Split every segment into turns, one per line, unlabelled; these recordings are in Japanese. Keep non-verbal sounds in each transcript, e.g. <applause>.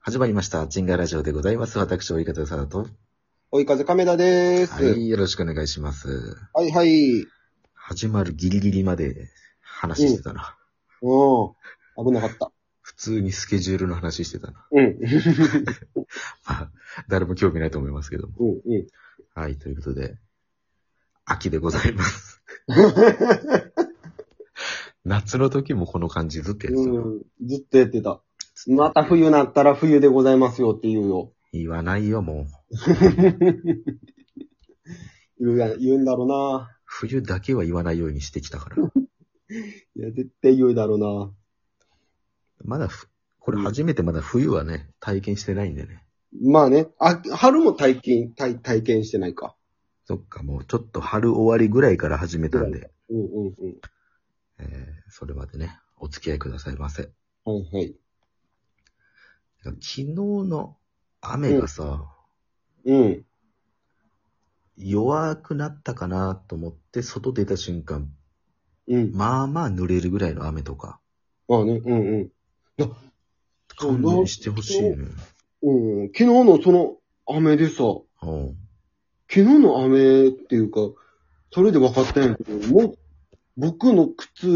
始まりました。チンガラジオでございます。私、追い方さだと。
追い風亀田です。
は
はい、
い、よろしくお願いします。
はい、はい。
始まるギリギリまで話してたな。
うん。危なかった。
普通にスケジュールの話してたな。
うん。
まあ、誰も興味ないと思いますけども。
うん、うん。
はい、ということで、秋でござい
<laughs>
ます。夏の時もこの感じずっとやってたな、
うん、ずっとやってた。また冬なったら冬でございますよって言うよ。
言わないよ、もう。
言うや言うんだろうな。
冬だけは言わないようにしてきたから。
いや、絶対言うだろうな。
まだふ、これ初めてまだ冬はね、体験してないんでね。
まあね、あ春も体験体、体験してないか。
そっか、もうちょっと春終わりぐらいから始めたんで、
うん、うん、うん。
えー、それまでね、お付き合いくださいませ。
はい、はい。
昨日の雨がさ、
うん。
弱くなったかなと思って、外出た瞬間、
うん。
まあまあ濡れるぐらいの雨とか、
まあね、うん、うん。そう
勘弁してほしいね。
うん、昨日のその雨でさ、
うん。
昨日の雨っていうか、それで分かったんやけど、もう、僕の靴、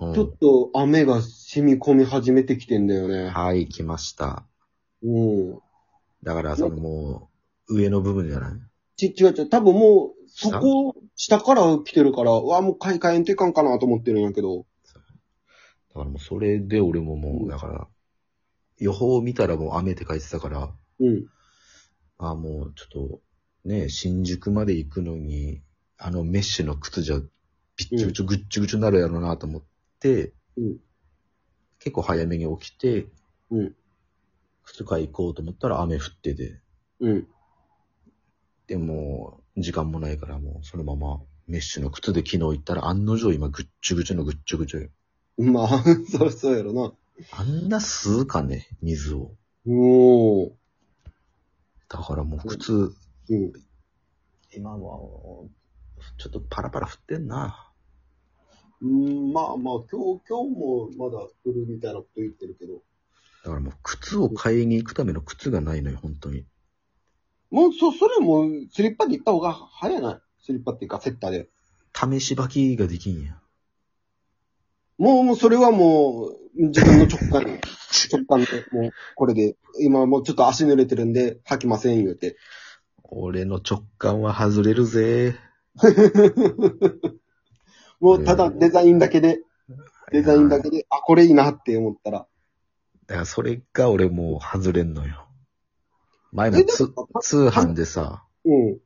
う
ちょ
ん
っと雨が染み込み始めてきてんだよね。
はい、来ました。
うん。
だから、そのもう、上の部分じゃない
ち、違う違う。多分もう、そこ、下から来てるから、うわ、もう買い替えんといかんかなと思ってるんやけど。
だからもうそれで俺もも
う
う、
ん
だから、予報を見たらもう雨って書いてたから、
うん。
あもうちょっと、ね、新宿まで行くのに、あのメッシュの靴じゃ、びっちょびちょぐっちょぐちょになるやろうなと思って、
うん
結構早めに起きて、
うん
靴買い行こうと思ったら雨降ってて、
うん。
でも、時間もないからもうそのままメッシュの靴で昨日行ったら案の定今ぐっちょぐちょのぐっちょぐちょよ。
まあ、 <laughs> そりゃそうやろな。
あんな吸うかね、水を。
おー。
だからもう靴、
うん。
今は、ちょっとパラパラ降ってんな。
うん、まあまあ、今日、今日もまだ降るみたいなこと言ってるけど。
だからもう靴を買いに行くための靴がないのよ、本当に。
もう、そ、それも、スリッパで行った方が早ない。スリッパっていうか、セッターで。
試し履きができんや。
もう、もう、それはもう、自分の直感、 <laughs> 直感で、もう、これで、今もうちょっと足濡れてるんで、吐きません、言うて。
俺の直感は外れるぜ。
もう、ただデザインだけで、デザインだけ
だか
で、あ、これいいなって思ったら。
らそれが俺もう外れんのよ。前もつ
えでも
通販でさ、
うん、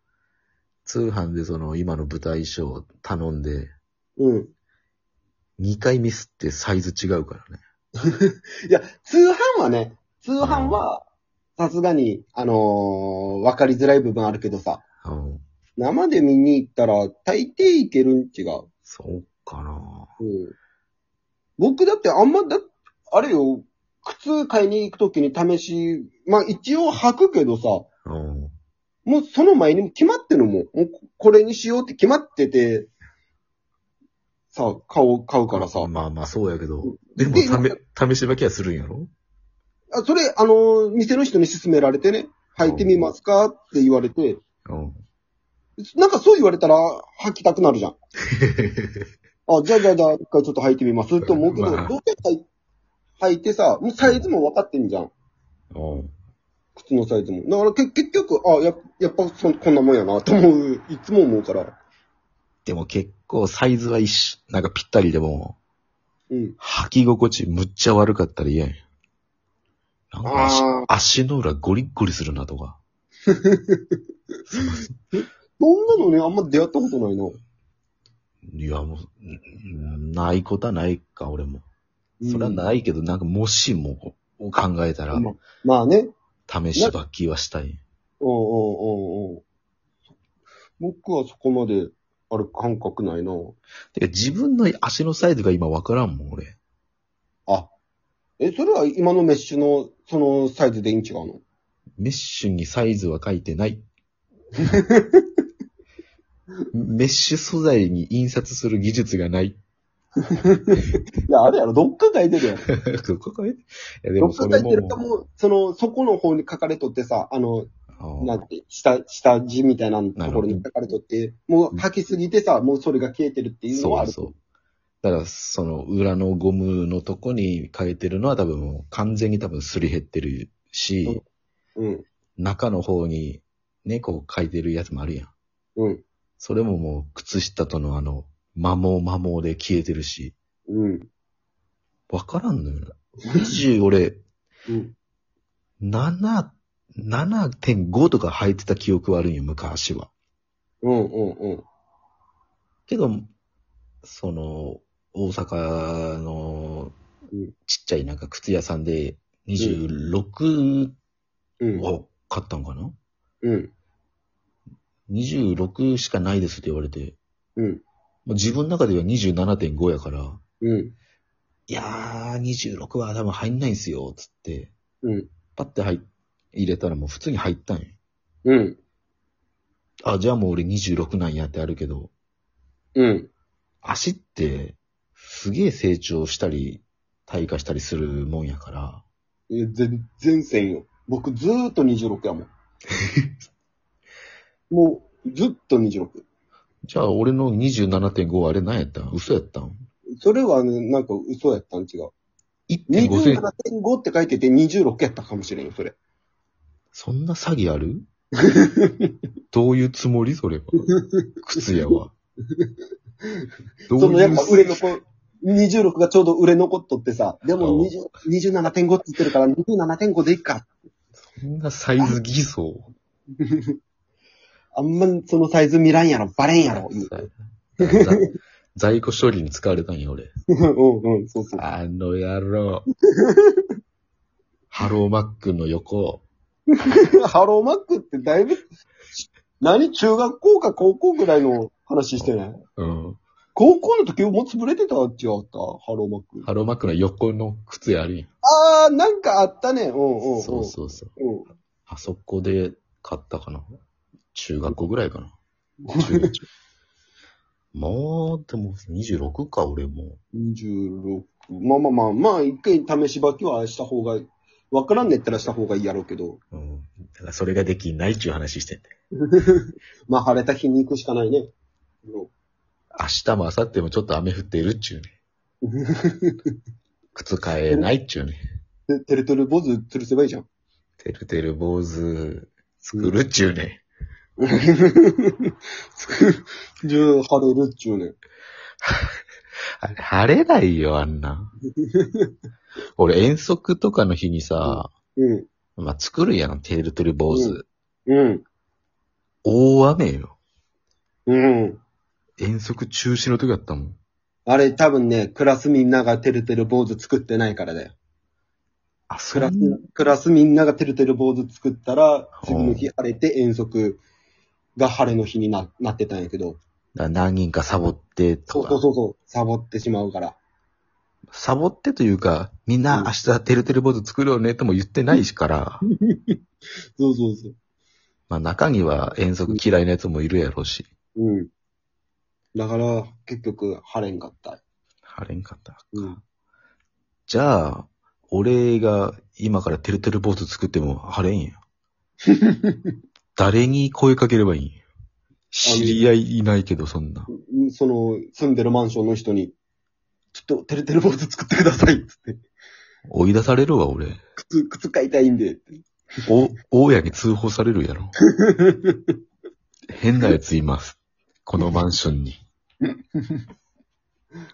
通販でその今の舞台衣装を頼んで、
うん。
2回ミスってサイズ違うからね。
いや、通販はね、通販は、さすがに、あのー、わかりづらい部分あるけどさ、
うん。
生で見に行ったら、大抵いけるん違う。
そうかな。
うん。僕だってあんま、だ、あれよ、靴買いに行くときに試し、まあ一応履くけどさ、
うん。
もうその前にも決まってるもん。もうこれにしようって決まってて、さ、買おう、買うからさ。
まあまあそうやけど
うん。
でも
で
試、試し履きはするんやろ
あそれ、あの、店の人に勧められてね、履いてみますかって言われて、
うん。
なんかそう言われたら履きたくな
<laughs>
るじゃん。あ、じゃあじゃあじゃあ、一回ちょっと履いてみますって思うけど、
まあ
どうせ履い履いてさ、もうサイズも分かってんじゃん。
うん。
靴のサイズも。だからけ結局、あ、ややっぱそこんなもんやなと思う、いつも思うから。
でも結構サイズは一緒、なんかぴったりでも、
うん。
履き心地むっちゃ悪かったら嫌やん。なんか足
ああ、
足の裏ゴリッゴリするなとか。
そんなのね、あんま出会ったことないな。
いや、もう、んないことはないか、俺も。それは
うん
ないけど、なんかもしもを考えたら、
ままあね。
試し履きはしたい。
うんうんうんうん。僕はそこまで、あれ、感覚ないな。
てか自分の足のサイズが今わからんもん、俺。
あ。え、それは今のメッシュの、そのサイズでいいん違うの
メッシュにサイズは書いて
<laughs>
ない。メッシュ素材に印刷する技術がない。
いや、あれやろ、どっか書い
<laughs>
てるやん。
どこかいや、で
ど
も
っ
そ
か書
れ
い
も
てるかも、その、そこの方に書かれとってさ、あの、
あ
な
あ
んて、下、下地みたいなところに書かれとって、もう吐きすぎてさ、もうそれが消えてるっていうの
そ
はあ
う
る。
そう。だから、その裏のゴムのとこに書いてるのは多分もう完全に多分すり減ってるし、
うん。
中の方にね、こう書いてるやつもあるやん。
うん。
それももう靴下とのあの、摩耗摩耗で消えてるし、
うん。
わからんのよな。20俺、
うん。
7、7.5とか履いてた記憶はあるんよ、昔は。
うん。うん。うん。
けど、その、大阪の
うん
ちっちゃいなんか靴屋さんで26
うん。
を買ったんかな、
うん。
?26 しかないですって言われて、
うん。
もう自分の中では27.5やから、
うん。
いやー、26は多分入んないんすよ、つって、
うん。
パッて入っ入れたらもう普通に入ったんよ。
うん。
あ、じゃあもう俺26なんやってあるけど、
うん。
足ってすげえ成長したり、退化したりするもんやから、
いや全然せんよ。僕ずーっと26やもん。 <laughs> もう、ずっと26。
じゃあ、俺の27.5はあれ何やったん嘘やったん
それはね、なんか嘘やったん違う。
?1.5 センチ。
27.5って書いてて26やったかもしれんよ、それ。
そんな詐欺あ
<laughs>
るどういうつもりそれは。靴屋は。ど
<laughs> そのやっぱ売れ
の
残、26がちょうど売れ残っとってさ、でも
そ
20 27.5って言ってるから27.5でいいか。
そんなサイズ偽装。
あんまそのサイズ見らんやろ、バレんや <laughs> ろ。 <laughs>
ざ在庫処理に使われたんや、俺。
うんうん、そうそう。
あの野
<laughs>
郎。ハローマックの横。
ハローマックってだいぶ、何中学校か高校ぐらいの話してない
うん。
高校の時もう潰れてた違ったハローマック。
ハローマックの横の靴屋あるやん。
あー、なんかあったね。うんうんうん。
そうそうそう。
うん。
あそこで買ったかな。中学校ぐらいかな。
<laughs>
まあ、でも26か、俺も。
26。まあまあまあ、まあ一回試し履きはした方が、わからんねったらした方がいいやろうけど、
うん。だからそれができないっていう話してて。
まあ晴れた日に行くしかないね。
明日も明後日もちょっと雨降っているっちゅうね。
<laughs>
靴買えないっちゅうね。
でてるてる坊主吊るせばいいじゃ <laughs> ん。
てるてる坊主作るっちゅうね。
じゅう晴れるっちゅうね。
あれ、晴れないよ、あんな。
<laughs>
俺、遠足とかの日にさ、
うん。
まあ、作るやん、てるてる坊主。
ううん。
大雨よ。
うん。
遠足中止の時だったもん。
あれ多分ね、クラスみんながてるてる坊主作ってないからだよ。
あ、そ
クラ
れ
ス、クラスみんながてるてる坊主作ったら、次の日晴れて遠足が晴れの日にななってたんやけど。
だから何人かサボって
そ
と
う
か。
そうそうそう、サボってしまうから。
サボってというか、みん
う
なん明日てるてる坊主作るよねとも言ってないしから、
そうそうそう。
まあ中には遠足嫌いなやつもいるやろうし、
うん。だから、結局、晴れんかった。
晴れんかった。
うん。
じゃあ、俺が今からてるてる坊主作っても晴れん
<laughs>
や。誰に声かければいいんや。知り合いいないけど、そんな。
その、住んでるマンションの人に、ちょっと、てるてる坊主作ってくださいっつって。 <laughs>
追い出されるわ、俺。
靴、靴買いたいんで。
お、大家に通報されるやろ。変なやついます。このマンションに。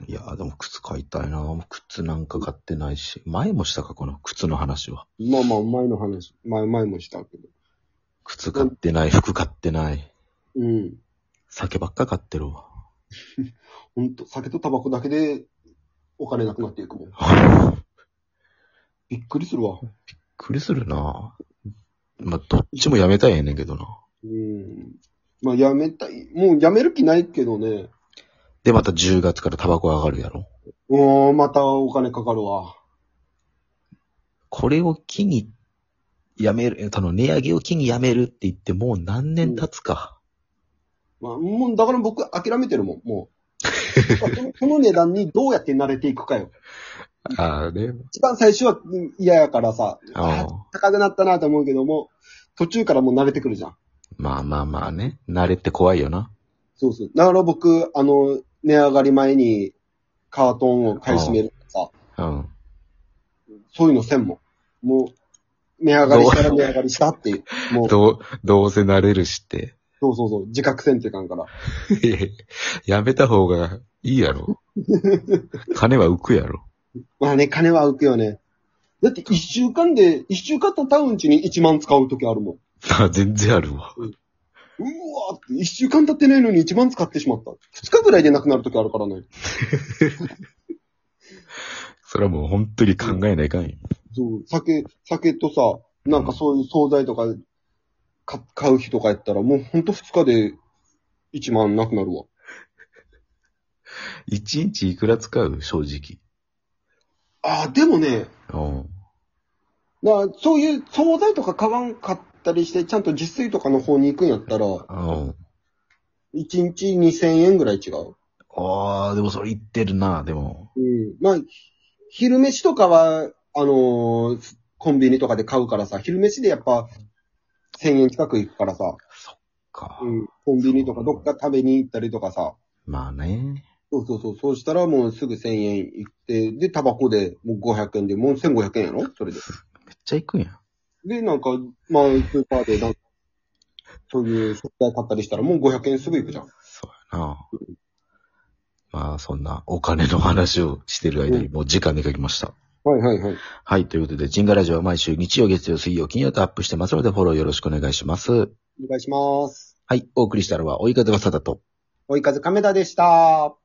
いや、でも靴買いたいな靴なんか買ってないし。前もしたか、この靴の話は。
まあまあ、前の話、前、前もしたけど。
靴買ってない、服買ってない。
うん。
酒ばっか買ってるわ。
ほんと、酒とタバコだけで、お金なくなっていくもん。
びっ
びっくりするわ。
くりするなまあ、どっちもやめたいんやねんけどな。
うん。まあ、やめたい。もう、やめる気ないけどね。
で、また10月からタバコ上がるやろ。
うーん、またお金かかるわ。
これを機に、やめる、その値上げを機にやめるって言ってもう何年経つか。
まあ、もう、だから僕、諦めてるもん、もう。そのその値段にどうやって慣れていくかよ。
ああね。
一番最初はうん嫌やからさ、
あ
あ高くなったなと思うけども、途中からもう慣れてくるじゃん。
まあまあまあね。慣れって怖いよな。
そうそう。だから僕、あの、値上がり前にカートンを買い占めるとかさ、
うん。
そういうのせんもん。もう、値上がりしたら値上がりしたっていう。もう、
どう、どうせ慣れるしって。 <laughs>
そうそうそう、自覚せんといかんから。
いややめた方がいいや <laughs> ろ。金は浮くやろ。
まあね、金は浮くよね。だって一週間で、一週間たタウンチに1万使うときあるもん。
まあ全然あるわ。
うわーって、一週間経ってないのに1万使ってしまった。二日ぐらいでなくなるときあるからね。
それはもう本当に考えないかんよ。
そう、酒、酒とさ、なんかそういう惣菜とかか買う日とかやったら、もうほんと二日で1万なくなるわ。
一日いくら使う正直。
ああ、でもね、
うん。
まあ、そういう惣菜とか買わんかったりして、ちゃんと自炊とかの方に行くんやったら、
うん。
1日2000円ぐらい違う。
ああ、でもそれ言ってるな、でも。
うん。まあ、ひ昼飯とかは、あのーコンビニとかで買うからさ、昼飯でやっぱ、1000円近く行くからさ、
か。
うん。コンビニとかどっか食べに行ったりとかさ、
まあね。
そうそうそう、そうしたらもうすぐ1000円行って、で、タバコでもう500円で、もう1500円やろそれで。
めっちゃ行くんや。
で、なんか、まあ、スーパーで、なんか、そういう食材買ったりしたらもう500円すぐ行くじゃん。
そうやな。まあそんなお金の話をしてる間にもう時間で書きました。
はいはいはい。
はい、ということで、ジンガラジオは毎週日曜、月曜、水曜、金曜とアップしてますのでフォローよろしくお願いします。
お願いします。
はい、お送りしたのは追い風はさだと。
追い風亀田でした。